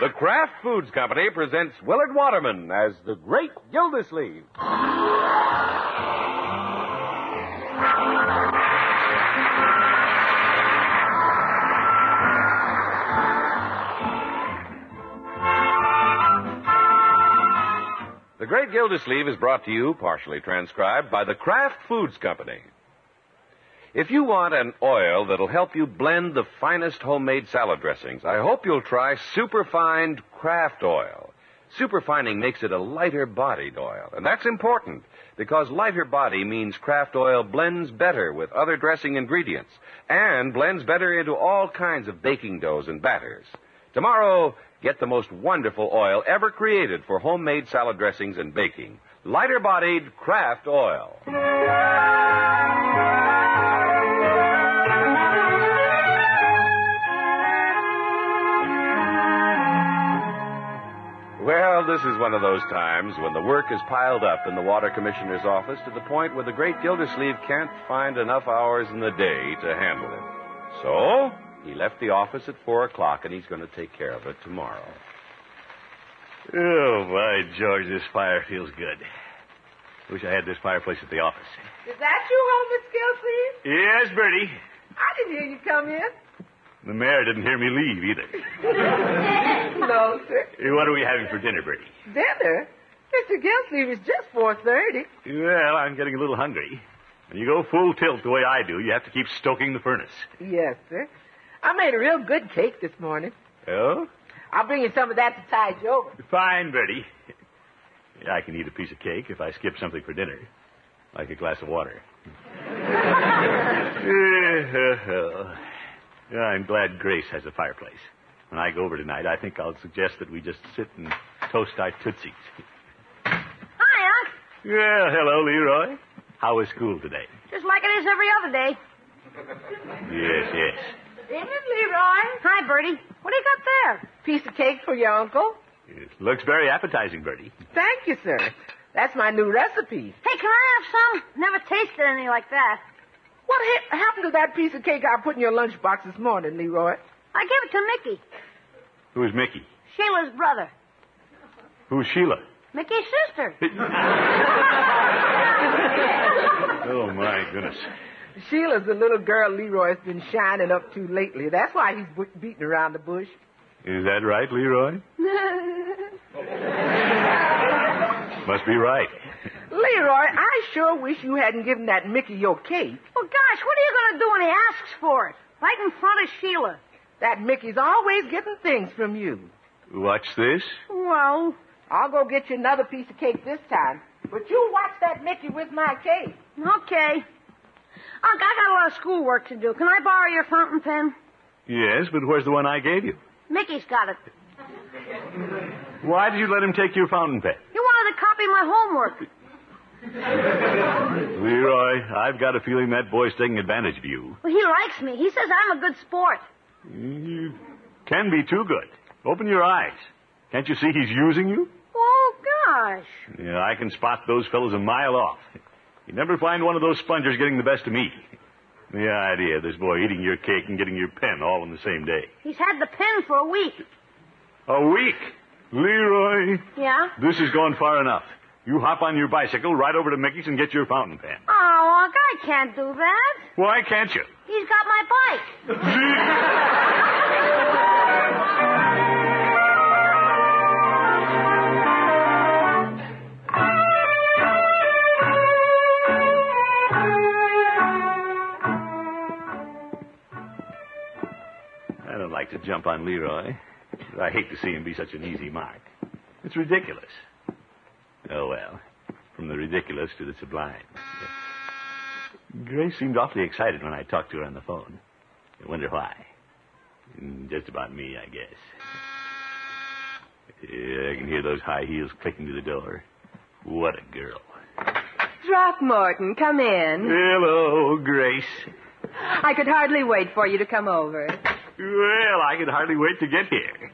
The Kraft Foods Company presents Willard Waterman as the Great Gildersleeve. The Great Gildersleeve is brought to you, partially transcribed, by the Kraft Foods Company. If you want an oil that'll help you blend the finest homemade salad dressings, I hope you'll try Superfine Kraft Oil. Superfining makes it a lighter bodied oil, and that's important because lighter body means Kraft Oil blends better with other dressing ingredients and blends better into all kinds of baking doughs and batters. Tomorrow, get the most wonderful oil ever created for homemade salad dressings and baking. Lighter bodied Kraft Oil. Well, this is one of those times when the work is piled up in the water commissioner's office to the point where the great Gildersleeve can't find enough hours in the day to handle it. So, he left the office at four o'clock and he's going to take care of it tomorrow. Oh, my George, this fire feels good. Wish I had this fireplace at the office. Is that you home, Miss Gilsleeve? Yes, Bertie. I didn't hear you come in. The mayor didn't hear me leave either. No, sir. Hey, What are we having for dinner, Bertie? Dinner? Mr. Gilsleeve is just 4.30. Well, I'm getting a little hungry. When you go full tilt the way I do, you have to keep stoking the furnace. Yes, sir. I made a real good cake this morning. Oh? I'll bring you some of that to tide you over. Fine, Bertie. I can eat a piece of cake if I skip something for dinner, like a glass of water. Yeah, I'm glad Grace has a fireplace. When I go over tonight, I think I'll suggest that we just sit and toast our tootsies. Hi, Unc. Yeah, hello, Leroy. How was school today? Just like it is every other day. Yes, yes. In, Leroy. Hi, Bertie. What do you got there? Piece of cake for your uncle. It looks very appetizing, Bertie. Thank you, sir. That's my new recipe. Hey, can I have some? Never tasted any like that. What ha- happened to that piece of cake I put in your lunchbox this morning, Leroy? I gave it to Mickey, Who's Mickey? Sheila's brother. Who's Sheila? Mickey's sister. Oh, my goodness. Sheila's the little girl Leroy's been shining up to lately. That's why he's be- beating around the bush. Is that right, Leroy? Must be right. Leroy, I sure wish you hadn't given that Mickey your cake. Well, gosh, what are you going to do when he asks for it? Right in front of Sheila. That Mickey's always getting things from you. Watch this. Well, I'll go get you another piece of cake this time. But you watch that Mickey with my cake. okay. Unc, I got a lot of schoolwork to do. Can I borrow your fountain pen? Yes, but where's the one I gave you? Mickey's got it. Why did you let him take your fountain pen? He wanted to copy my homework. Leroy, I've got a feeling that boy's taking advantage of you. Well, he likes me. He says I'm a good sport. You can be too good. Open your eyes. Can't you see he's using you? Oh, gosh. Yeah, I can spot those fellows a mile off. You never find one of those spongers getting the best of me. The idea of this boy eating your cake and getting your pen all on the same day. He's had the pen for a week. A week. Leroy, Yeah? this has gone far enough. You hop on your bicycle right over to Mickey's and get your fountain pen. Oh, Unc, I can't do that. Why can't you? He's got my bike. I don't like to jump on Leroy. but I hate to see him be such an easy mark. It's ridiculous. Oh, well. From the ridiculous to the sublime. Grace seemed awfully excited when I talked to her on the phone. I wonder why. Mm, Just about me, I guess. Yeah, I can hear those high heels clicking to the door. What a girl. Throckmorton, come in. Hello, Grace. I could hardly wait for you to come over. Well, I can hardly wait to get here.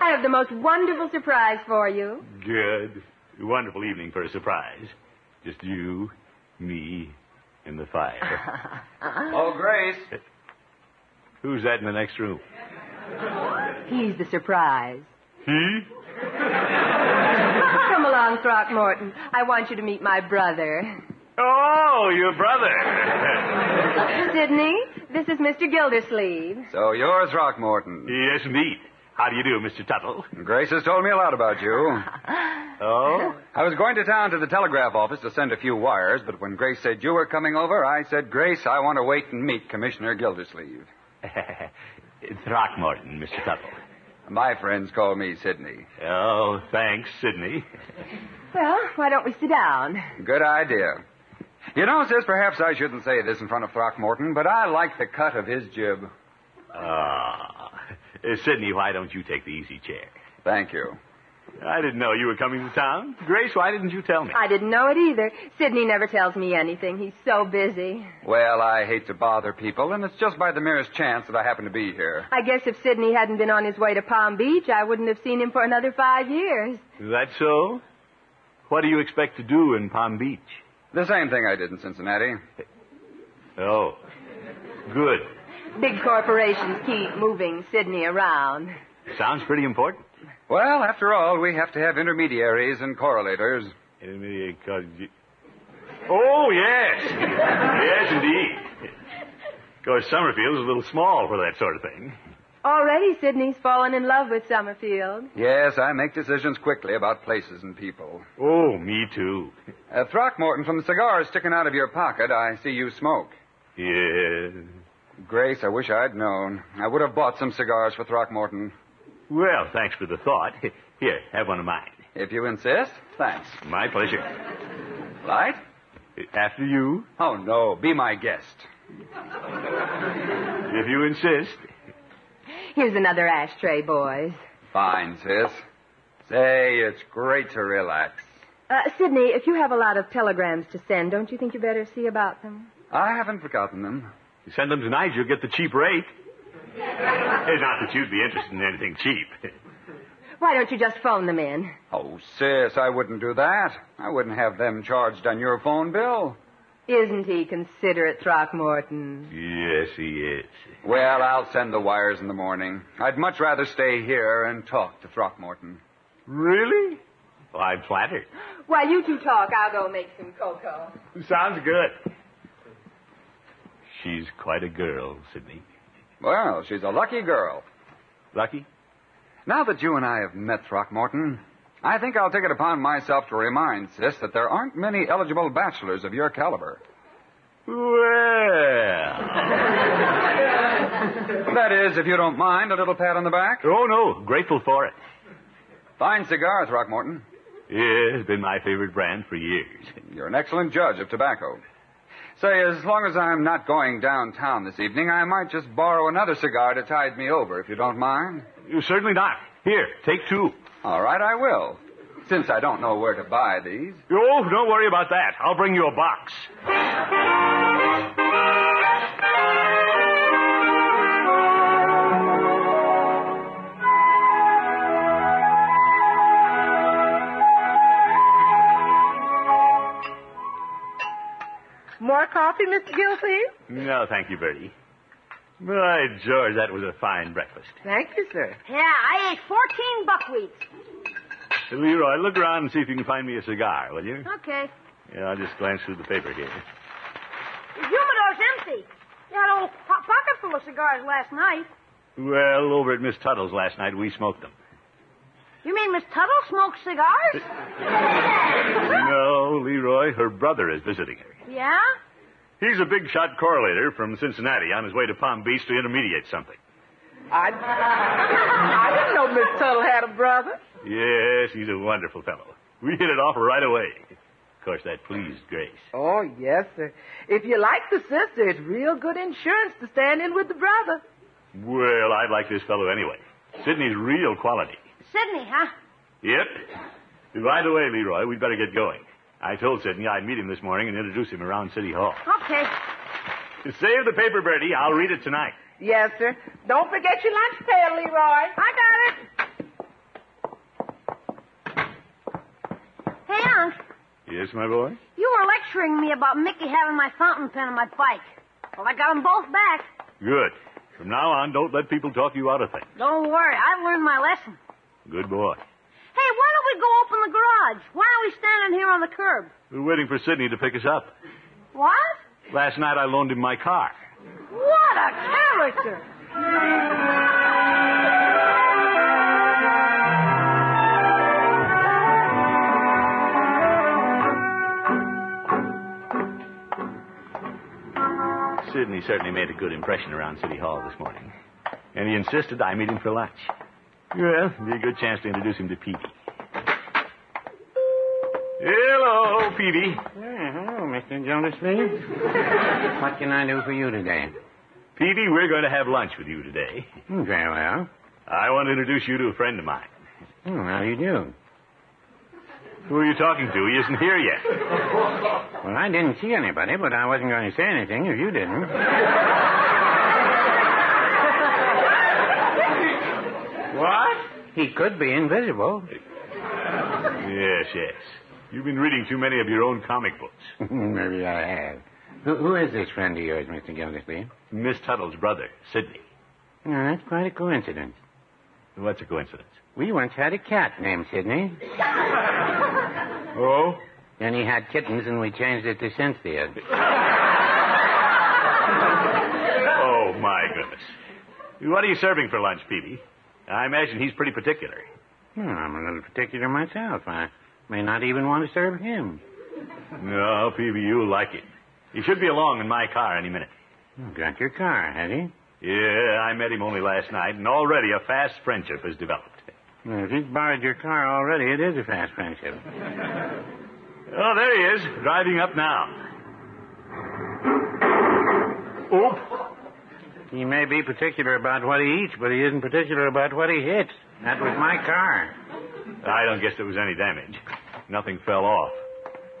I have the most wonderful surprise for you. Good. Wonderful evening for a surprise. Just you, me, and the fire. Oh, Grace. Who's that in the next room? He's the surprise. He? Come along, Throckmorton. I want you to meet my brother. Oh, your brother. Sidney, this is Mr. Gildersleeve. So you're Oh, Throckmorton. yes, indeed. How do you do, Mr. Tuttle? Grace has told me a lot about you. Oh? I was going to town to the telegraph office to send a few wires, but when Grace said you were coming over, I said, Grace, I want to wait and meet Commissioner Gildersleeve. Throckmorton, Mr. Tuttle. My friends call me Sidney. Oh, thanks, Sidney. Well, why don't we sit down? Good idea. You know, sis, perhaps I shouldn't say this in front of Throckmorton, but I like the cut of his jib. Ah. Uh, Sidney, why don't you take the easy chair? Thank you. I didn't know you were coming to town. Grace, why didn't you tell me? I didn't know it either. Sidney never tells me anything. He's so busy. Well, I hate to bother people, and it's just by the merest chance that I happen to be here. I guess if Sidney hadn't been on his way to Palm Beach, I wouldn't have seen him for another five years. Is that so? What do you expect to do in Palm Beach? The same thing I did in Cincinnati. Oh. Good. Big corporations keep moving Sidney around. Sounds pretty important. Well, after all, we have to have intermediaries and correlators. Intermediate cause- Oh, yes. yes, indeed. Of course, Summerfield's a little small for that sort of thing. Already, Sidney's fallen in love with Summerfield. Yes, I make decisions quickly about places and people. Oh, me too. Uh, Throckmorton, from the cigar sticking out of your pocket, I see you smoke. Yeah. Grace, I wish I'd known. I would have bought some cigars for Throckmorton. Well, thanks for the thought. Here, have one of mine. If you insist, thanks. My pleasure. Light? After you, Oh, no, be my guest. if you insist. Here's another ashtray, boys. Fine, sis. Say, it's great to relax. Uh, Sidney, if you have a lot of telegrams to send, don't you think you better see about them? I haven't forgotten them. You send them tonight, you'll get the cheap rate. Hey, Not that you'd be interested in anything cheap. Why don't you just phone them in? Oh, sis, I wouldn't do that. I wouldn't have them charged on your phone bill. Isn't he considerate, Throckmorton? Yes, he is. Well, I'll send the wires in the morning. I'd much rather stay here and talk to Throckmorton. Really? Well, I'm flattered. While you two talk, I'll go make some cocoa. Sounds good. She's quite a girl, Sidney. Well, she's a lucky girl. Lucky? Now that you and I have met, Throckmorton, I think I'll take it upon myself to remind Sis that there aren't many eligible bachelors of your caliber. Well. That is, if you don't mind, a little pat on the back. Oh, no. Grateful for it. Fine cigar, Throckmorton. Yeah, it's been my favorite brand for years. You're an excellent judge of tobacco. Say, as long as I'm not going downtown this evening, I might just borrow another cigar to tide me over, if you don't mind. You certainly not. Here, take two. All right, I will. Since I don't know where to buy these. Oh, don't worry about that. I'll bring you a box. More coffee, Mr. Gilsey? No, thank you, Bertie. By George, that was a fine breakfast. Thank you, sir. Yeah, I ate 14 buckwheats. Leroy, look around and see if you can find me a cigar, will you? Okay. Yeah, I'll just glance through the paper here. The humidor's empty. You had a whole po- pocket full of cigars last night. Well, over at Miss Tuttle's last night, we smoked them. You mean Miss Tuttle smokes cigars? No, Leroy, her brother is visiting her. yeah? He's a big shot correlator from Cincinnati on his way to Palm Beach to intermediate something. I, I didn't know Miss Tuttle had a brother. Yes, he's a wonderful fellow. We hit it off right away. Of course, that pleased Grace. Oh, yes, sir. If you like the sister, it's real good insurance to stand in with the brother. Well, I like this fellow anyway. Sydney's real quality. Sydney, huh? Yep. By the way, Leroy, we'd better get going. I told Sydney I'd meet him this morning and introduce him around City Hall. Okay. Save the paper, Bertie. I'll read it tonight. Yes, sir. Don't forget your lunch pail, Leroy. I got it. Hey, Unc, Yes, my boy? you were lecturing me about Mickey having my fountain pen and my bike. Well, I got 'em both back. Good. From now on, don't let people talk you out of things. Don't worry, I've learned my lesson. Good boy. Hey, why don't we go open the garage? Why are we standing here on the curb? We're waiting for Sidney to pick us up. What? Last night I loaned him my car. What a character! Sidney certainly made a good impression around City Hall this morning. And he insisted I meet him for lunch. Well, it'd be a good chance to introduce him to Peavy. Hello, Peavy. hello, Mr. Gildersleeve. what can I do for you today? Peavy, we're going to have lunch with you today. Hmm, Very well. I want to introduce you to a friend of mine. Hmm, how do you do? Who are you talking to? He isn't here yet. Well, I didn't see anybody, but I wasn't going to say anything if you didn't. what? He could be invisible. Yes, yes. You've been reading too many of your own comic books. Maybe I have. Who, who is this friend of yours, Mr. Gildersleeve? Miss Tuttle's brother, Sidney. Oh, that's quite a coincidence. What's a coincidence? We once had a cat named Sidney, Oh? and he had kittens, and we changed it to Cynthia. Oh, my goodness. What are you serving for lunch, Peavy? I imagine he's pretty particular. Hmm, I'm a little particular myself. I may not even want to serve him. No, Peavy, you'll like it. He should be along in my car any minute. Got your car, have you? Yeah, I met him only last night, and already a fast friendship has developed. Well, if he's borrowed your car already, it is a fast friendship. Oh, there he is, driving up now. Oh, He may be particular about what he eats, but he isn't particular about what he hits. That was my car. I don't guess there was any damage. Nothing fell off.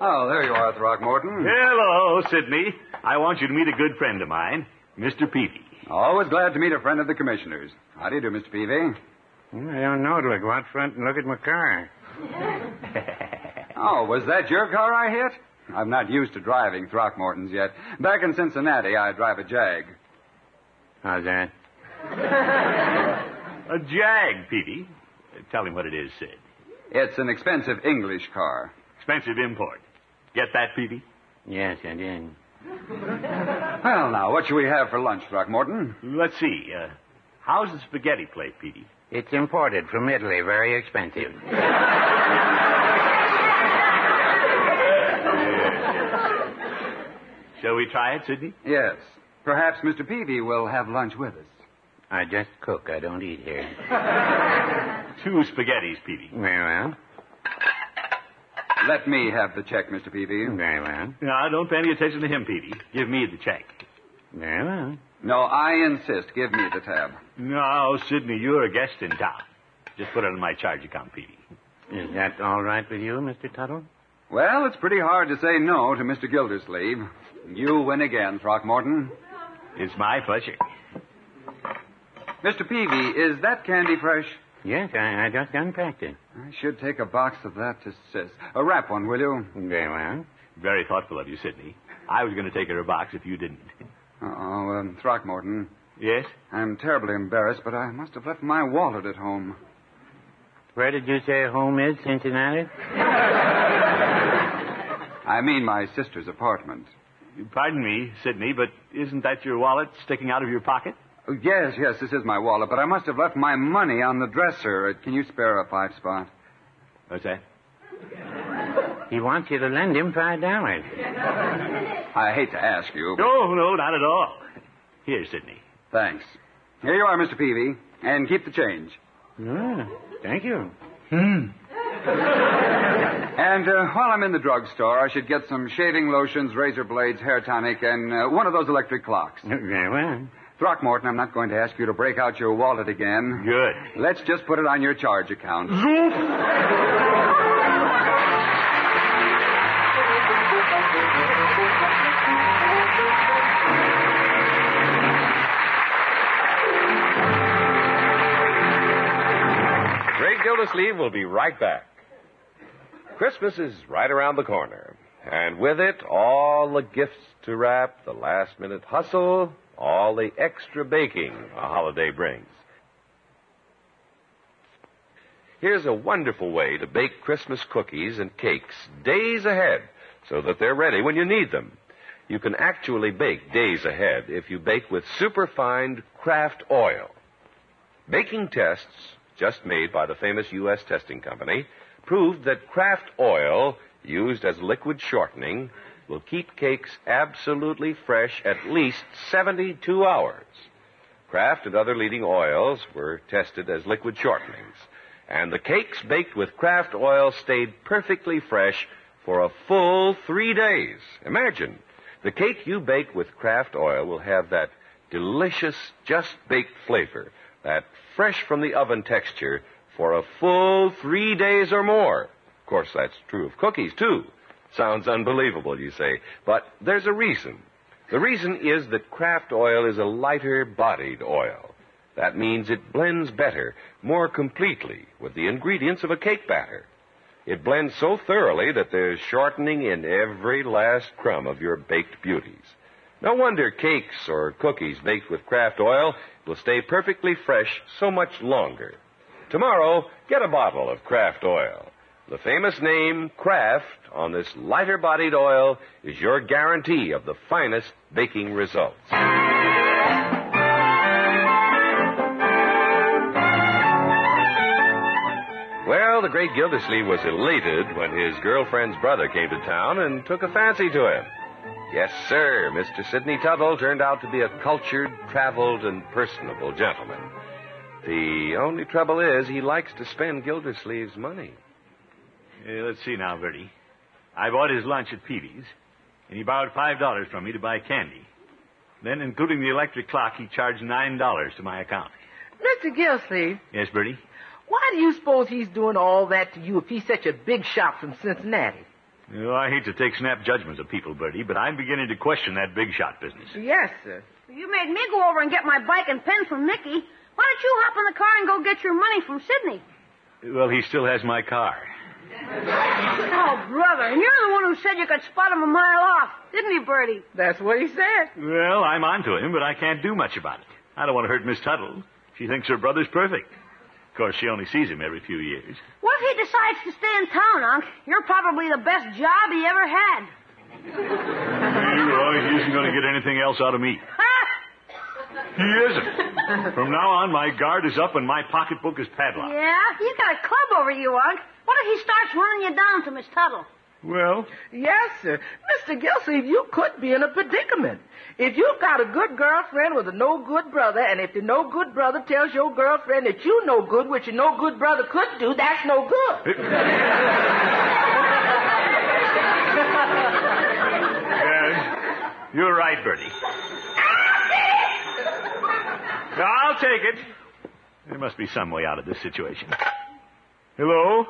Oh, there you are, Throckmorton. Hello, Sidney. I want you to meet a good friend of mine, Mr. Peavy. Always glad to meet a friend of the commissioner's. How do you do, Mr. Peavy? Hmm, I don't know. Look, go out front and look at my car. Oh, was that your car I hit? I'm not used to driving Throckmortons yet. Back in Cincinnati, I drive a Jag. How's that? A jag, Peavy. Tell him what it is, Sid. It's an expensive English car. Expensive import. Get that, Peavy? Yes, I did. Well, now, what shall we have for lunch, Throckmorton? Let's see. Uh, how's the spaghetti plate, Peavy? It's imported from Italy, very expensive. Shall we try it, Sidney? Yes. Perhaps Mr. Peavy will have lunch with us. I just cook. I don't eat here. Two spaghettis, Peavy. Very well. Let me have the check, Mr. Peavy. Very well. Now, don't pay any attention to him, Peavy. Give me the check. Very well. No, I insist. Give me the tab. No, Sidney, you're a guest in town. Just put it on my charge account, Peavy. Is that all right with you, Mr. Tuttle? Well, it's pretty hard to say no to Mr. Gildersleeve. You win again, Throckmorton. It's my pleasure. Mr. Peavy, is that candy fresh? Yes, I, I just unpacked it. I should take a box of that to Sis. A wrap one, will you? Very well. Very thoughtful of you, Sidney. I was going to take her a box if you didn't. Oh, um, Throckmorton, Yes? I'm terribly embarrassed, but I must have left my wallet at home. Where did you say home is, Cincinnati? I mean my sister's apartment. Pardon me, Sidney, but isn't that your wallet sticking out of your pocket? Oh, yes, yes, this is my wallet, but I must have left my money on the dresser. Can you spare a five spot? What's that? He wants you to lend him five dollars. I hate to ask you. but- No, no, not at all. Here, Sidney. Thanks. Here you are, Mr. Peavy, and keep the change. thank you. And uh, while I'm in the drugstore, I should get some shaving lotions, razor blades, hair tonic, and uh, one of those electric clocks. Very well. Throckmorton, I'm not going to ask you to break out your wallet again. Good. Let's just put it on your charge account. Great Gildersleeve will be right back. Christmas is right around the corner, and with it, all the gifts to wrap, the last minute hustle, all the extra baking a holiday brings. Here's a wonderful way to bake Christmas cookies and cakes days ahead so that they're ready when you need them. You can actually bake days ahead if you bake with superfined Kraft oil. Baking tests, just made by the famous U.S. testing company, proved that Kraft oil, used as liquid shortening, will keep cakes absolutely fresh at least 72 hours. Kraft and other leading oils were tested as liquid shortenings, and the cakes baked with Kraft oil stayed perfectly fresh for a full three days. Imagine, the cake you bake with Kraft oil will have that delicious, just baked flavor, that fresh from the oven texture for a full three days or more. Of course, that's true of cookies, too. Sounds unbelievable, you say, but there's a reason. The reason is that Kraft oil is a lighter bodied oil. That means it blends better, more completely, with the ingredients of a cake batter. It blends so thoroughly that there's shortening in every last crumb of your baked beauties. No wonder cakes or cookies baked with Kraft oil will stay perfectly fresh so much longer. Tomorrow, get a bottle of Kraft oil. The famous name Kraft on this lighter bodied oil is your guarantee of the finest baking results. Well, the great Gildersleeve was elated when his girlfriend's brother came to town and took a fancy to him. Yes, sir, Mr. Sidney Tuttle turned out to be a cultured, traveled, and personable gentleman. The only trouble is he likes to spend Gildersleeve's money. Yeah, Uh, let's see now, Bertie. I bought his lunch at Peavy's, and he borrowed five dollars from me to buy candy. Then, including the electric clock, he charged nine dollars to my account. Mr. Gilsleeve, Yes, Bertie. why do you suppose he's doing all that to you if he's such a big shot from Cincinnati? Oh, I hate to take snap judgments of people, Bertie, but I'm beginning to question that big shot business. Yes, sir. You made me go over and get my bike and pen from Nicky. Why don't you hop in the car and go get your money from Sydney? Well, he still has my car. Oh, brother, and you're the one who said you could spot him a mile off, didn't he, Bertie? That's what he said. Well, I'm onto him, but I can't do much about it. I don't want to hurt Miss Tuttle. She thinks her brother's perfect. Of course, she only sees him every few years. What if he decides to stay in town, Unc? You're probably the best job he ever had. Leroy, he isn't going to get anything else out of me. Ha! He isn't. From now on, my guard is up and my pocketbook is padlocked. Yeah? You got a club over you, Unc. What if he starts running you down to Miss Tuttle? Well, Yes, sir. Mr. Gilsleeve, you could be in a predicament. If you've got a good girlfriend with a no good brother, and if the no good brother tells your girlfriend that you no good, which your no good brother could do, that's no good. uh, you're right, Bertie. I'll take it. There must be some way out of this situation. Hello?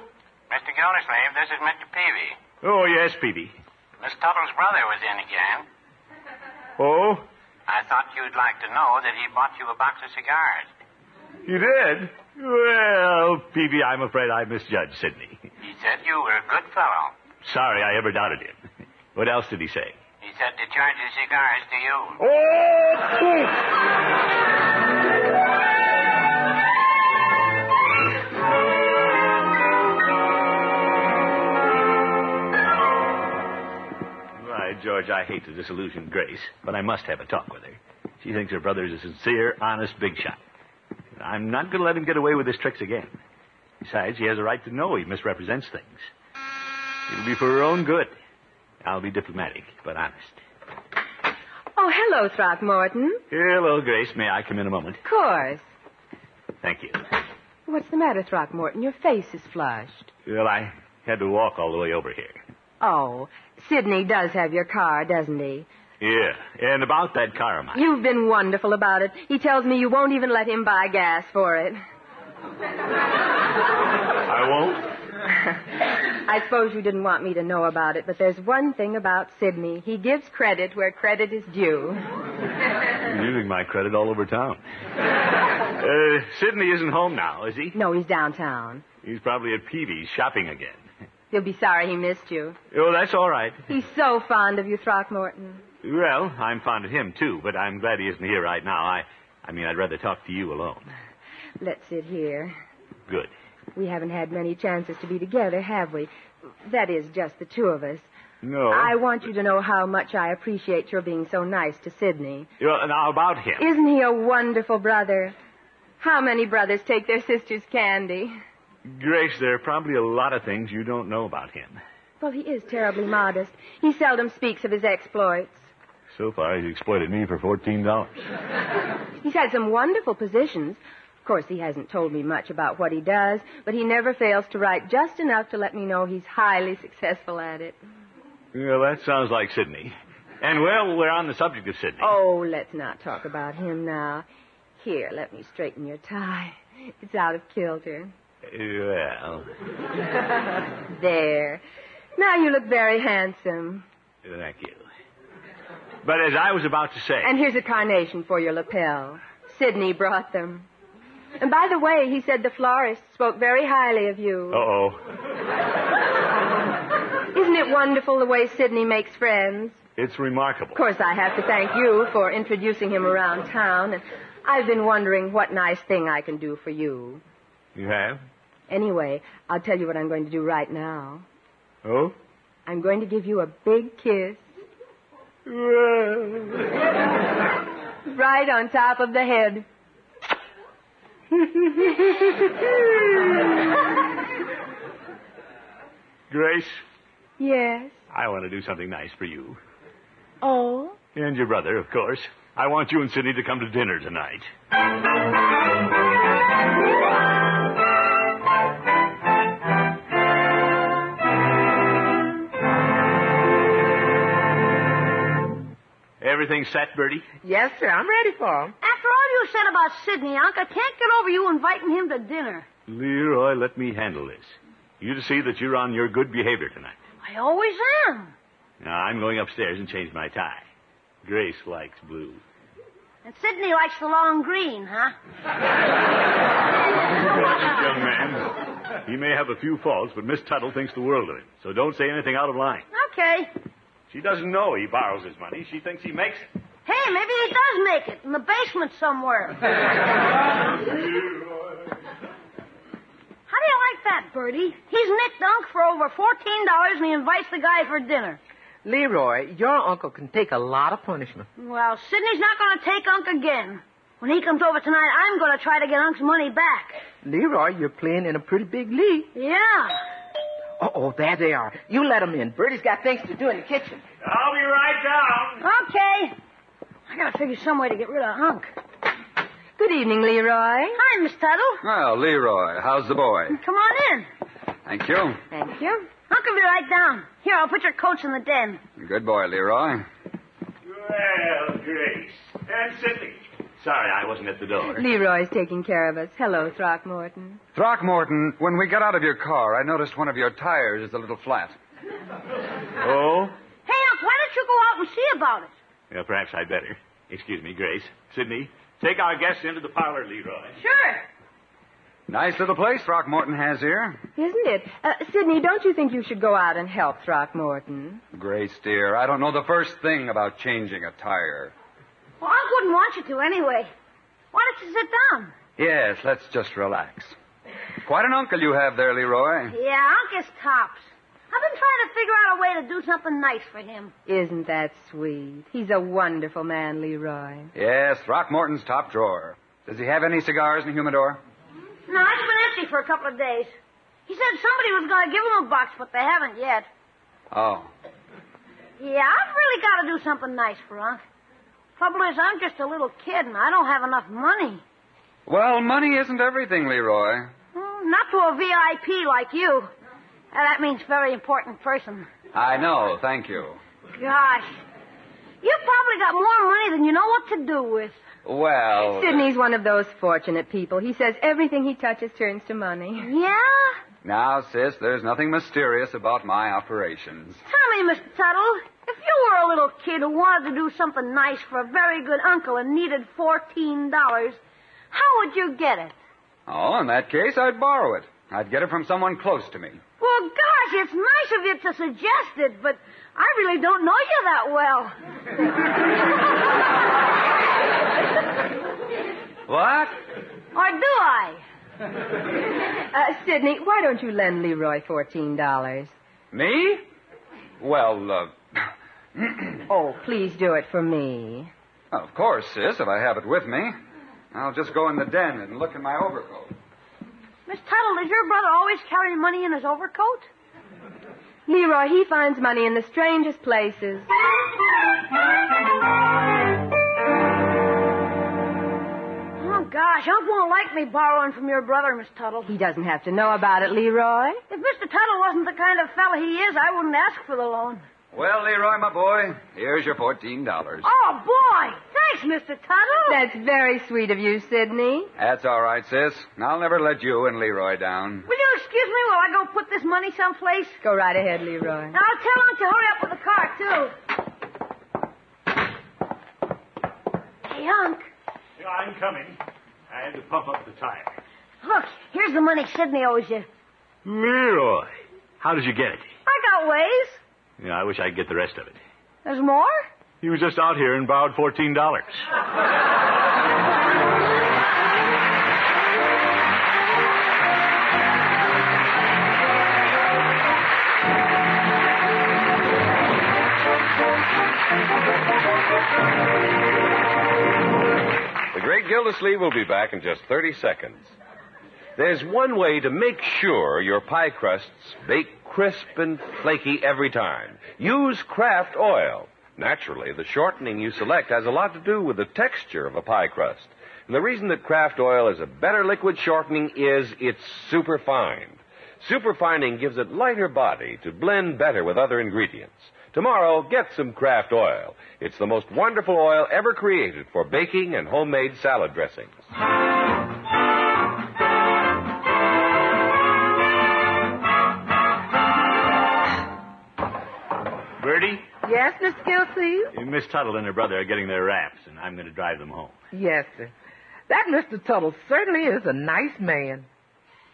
Mr. Gildersleeve, this is Mr. Peavy. Oh, yes, Peavy. Miss Tuttle's brother was in again. Oh, I thought you'd like to know that he bought you a box of cigars. you did? Well, Peavy, I'm afraid I misjudged Sidney. He said you were a good fellow. Sorry I ever doubted him. What else did he say? He said to charge his cigars to you. Why, George, I hate to disillusion Grace, but I must have a talk with her. She thinks her brother is a sincere, honest big shot. I'm not going to let him get away with his tricks again. Besides, he has a right to know he misrepresents things. It'll be for her own good. I'll be diplomatic, but honest. Oh, hello, Throckmorton. Hello, Grace. May I come in a moment? Of course. Thank you. What's the matter, Throckmorton? Your face is flushed. Well, I had to walk all the way over here. Oh, Sidney does have your car, doesn't he? Yeah, and about that car of mine. You've been wonderful about it. He tells me you won't even let him buy gas for it. I won't. I suppose you didn't want me to know about it, but there's one thing about Sidney. He gives credit where credit is due. You're using my credit all over town. Uh, Sidney isn't home now, is he? No, he's downtown. He's probably at Peavy's shopping again. He'll be sorry he missed you. Oh, that's all right. He's so fond of you, Throckmorton. Well, I'm fond of him, too, but I'm glad he isn't here right now. I, I mean, I'd rather talk to you alone. Let's sit here. Good. We haven't had many chances to be together, have we? That is, just the two of us. No. I want you to know how much I appreciate your being so nice to Sidney. Well, now, about him. Isn't he a wonderful brother? How many brothers take their sister's candy? Grace, there are probably a lot of things you don't know about him. Well, he is terribly modest. He seldom speaks of his exploits. So far, he's exploited me for $14. He's had some wonderful positions. Of course, he hasn't told me much about what he does, but he never fails to write just enough to let me know he's highly successful at it. Well, that sounds like Sydney. And, well, we're on the subject of Sydney. Oh, let's not talk about him now. Here, let me straighten your tie. It's out of kilter. Well, There. Now you look very handsome. thank you. But as I was about to say, And here's a carnation for your lapel. Sydney brought them. And by the way, he said the florist spoke very highly of you. oh, Isn't it wonderful the way Sydney makes friends? it's remarkable. Of course, I have to thank you for introducing him around town, and I've been wondering what nice thing I can do for you. You have? Anyway, I'll tell you what I'm going to do right now. Oh? I'm going to give you a big kiss Well. right on top of the head. Grace, Yes. I want to do something nice for you. Oh? And your brother, of course. I want you and Sydney to come to dinner tonight. Everything set, Bertie? Yes, sir. I'm ready for him. After all you said about Sidney, Unc, I can't get over you inviting him to dinner. Leroy, let me handle this. You to see that you're on your good behavior tonight. I always am. Now, I'm going upstairs and change my tie. Grace likes blue. And Sidney likes the long green, huh? Young man, he may have a few faults, but Miss Tuttle thinks the world of him. So don't say anything out of line. Okay. She doesn't know he borrows his money. She thinks he makes it. Hey, maybe he does make it in the basement somewhere. How do you like that, Bertie? He's nicked Unc for over fourteen dollars, and he invites the guy for dinner. Leroy, your uncle can take a lot of punishment. Well, Sidney's not going to take Unc again. When he comes over tonight, I'm going to try to get Unc's money back. Leroy, you're playing in a pretty big league. Yeah. Uh-oh, there they are. You let them in. Bertie's got things to do in the kitchen. I'll be right down. Okay. I gotta figure some way to get rid of Hunk. Good evening, Leroy. Hi, Miss Tuttle. Well, Leroy, how's the boy? Come on in. Thank you. Thank you. Hunk will be right down. Here, I'll put your coats in the den. Good boy, Leroy. Well, Grace. And Sydney. Sorry, I wasn't at the door. Leroy's taking care of us. Hello, Throckmorton. Throckmorton, when we got out of your car, I noticed one of your tires is a little flat. Oh? Hey, Unc, why don't you go out and see about it? Well, perhaps I'd better. Excuse me, Grace. Sydney, take our guests into the parlor, Leroy. Sure. Nice little place Throckmorton has here. Isn't it? Uh, Sidney, don't you think you should go out and help Throckmorton? Grace, dear, I don't know the first thing about changing a tire. Well, Unc wouldn't want you to anyway. Why don't you sit down? Yes, let's just relax. Quite an uncle you have there, Leroy. Yeah, Unc is tops. I've been trying to figure out a way to do something nice for him. Isn't that sweet? He's a wonderful man, Leroy. Yes, Throckmorton's top drawer. Does he have any cigars in the humidor? No, it's been empty for a couple of days. He said somebody was going to give him a box, but they haven't yet. Oh. Yeah, I've really got to do something nice for Unc. Trouble is, I'm just a little kid, and I don't have enough money. Well, money isn't everything, Leroy. Hmm, Not to a VIP like you. Now, that means very important person. I know, thank you. Gosh, you've probably got more money than you know what to do with. Well. Sidney's one of those fortunate people. He says everything he touches turns to money. Yeah? Now, sis, there's nothing mysterious about my operations. Tell me, Mr. Tuttle, if you were a little kid who wanted to do something nice for a very good uncle and needed $14, how would you get it? Oh, in that case, I'd borrow it. I'd get it from someone close to me. Well, gosh, it's nice of you to suggest it, but I really don't know you that well. What? Or do I? Uh, Sidney, why don't you lend Leroy $14? Me? Well, uh, Oh, please do it for me. of course, sis, if I have it with me. I'll just go in the den and look in my overcoat. Miss Tuttle, does your brother always carry money in his overcoat? Leroy, he finds money in the strangest places. Oh, gosh, Unc won't like me borrowing from your brother, Miss Tuttle. He doesn't have to know about it, Leroy. If Mr. Tuttle wasn't the kind of fella he is, I wouldn't ask for the loan. Well, Leroy, my boy, here's your $14. Oh, boy! Thanks, Mr. Tuttle. That's very sweet of you, Sidney. That's all right, sis. I'll never let you and Leroy down. Will you excuse me while I go put this money someplace? Go right ahead, Leroy. And I'll tell Unc to hurry up with the car, too. Hey, Unc, I'm coming. I had to pump up the tire. look, here's the money Sidney owes you. Leroy, how did you get it? I got ways. Yeah, I wish I'd get the rest of it. There's more? He was just out here and borrowed fourteen dollars. The great Gildersleeve will be back in just 30 seconds. There's one way to make sure your pie crusts bake crisp and flaky every time. Use Kraft oil. Naturally, the shortening you select has a lot to do with the texture of a pie crust. And the reason that Kraft oil is a better liquid shortening is it's superfine. Superfining gives it lighter body to blend better with other ingredients. Tomorrow, get some Kraft oil. It's the most wonderful oil ever created for baking and homemade salad dressings. Bertie, Yes, Miss Gilsey? Miss Tuttle and her brother are getting their wraps, and I'm going to drive them home. Yes, sir. That Mr. Tuttle certainly is a nice man.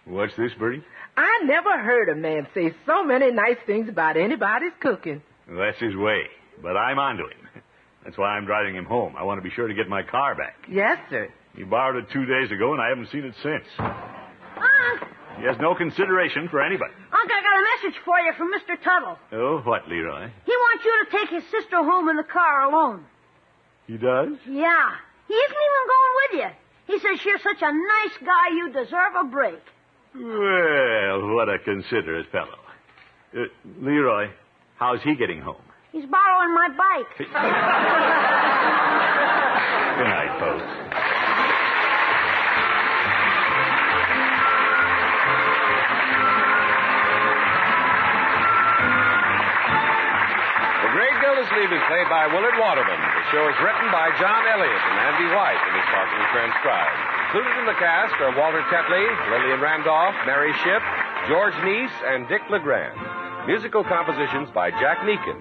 What's this, Bertie? I never heard a man say so many nice things about anybody's cooking. That's his way, but I'm onto him. That's why I'm driving him home. I want to be sure to get my car back. Yes, sir. He borrowed it two days ago, and I haven't seen it since. Unc, He has no consideration for anybody. Uh, Unc, I got a message for you from Mr. Tuttle. Oh, what, Leroy? He wants you to take his sister home in the car alone. He does? Yeah. He isn't even going with you. He says you're such a nice guy, you deserve a break. Well, what a considerate fellow. Uh, Leroy, how's he getting home? He's borrowing my bike. Good night, folks. The Great Gildersleeve is played by Willard Waterman. The show is written by John Elliott and Andy White and is partially transcribed. Included in the cast are Walter Tetley, Lillian Randolph, Mary Shipp, George Neese, and Dick LeGrand. Musical compositions by Jack Meakin.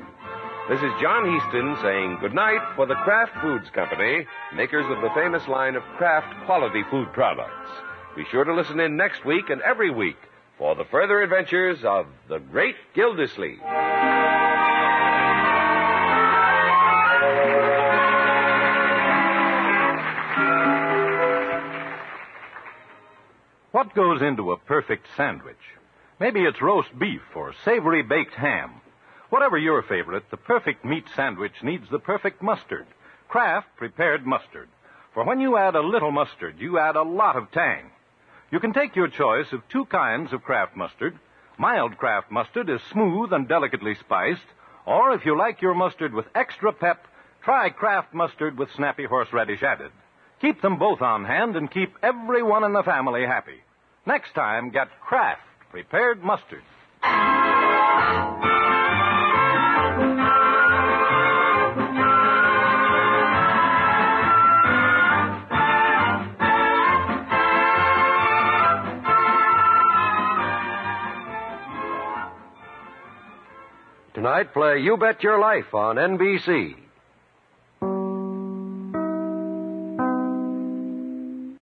This is John Heaston saying goodnight for the Kraft Foods Company, makers of the famous line of Kraft quality food products. Be sure to listen in next week and every week for the further adventures of the Great Gildersleeve. What goes into a perfect sandwich? Maybe it's roast beef or savory baked ham. Whatever your favorite, the perfect meat sandwich needs the perfect mustard. Kraft prepared mustard. For when you add a little mustard, you add a lot of tang. You can take your choice of two kinds of Kraft mustard. Mild Kraft mustard is smooth and delicately spiced, or if you like your mustard with extra pep, try Kraft mustard with snappy horseradish added. Keep them both on hand and keep everyone in the family happy. Next time, get Kraft prepared mustard. Tonight, play You Bet Your Life on NBC.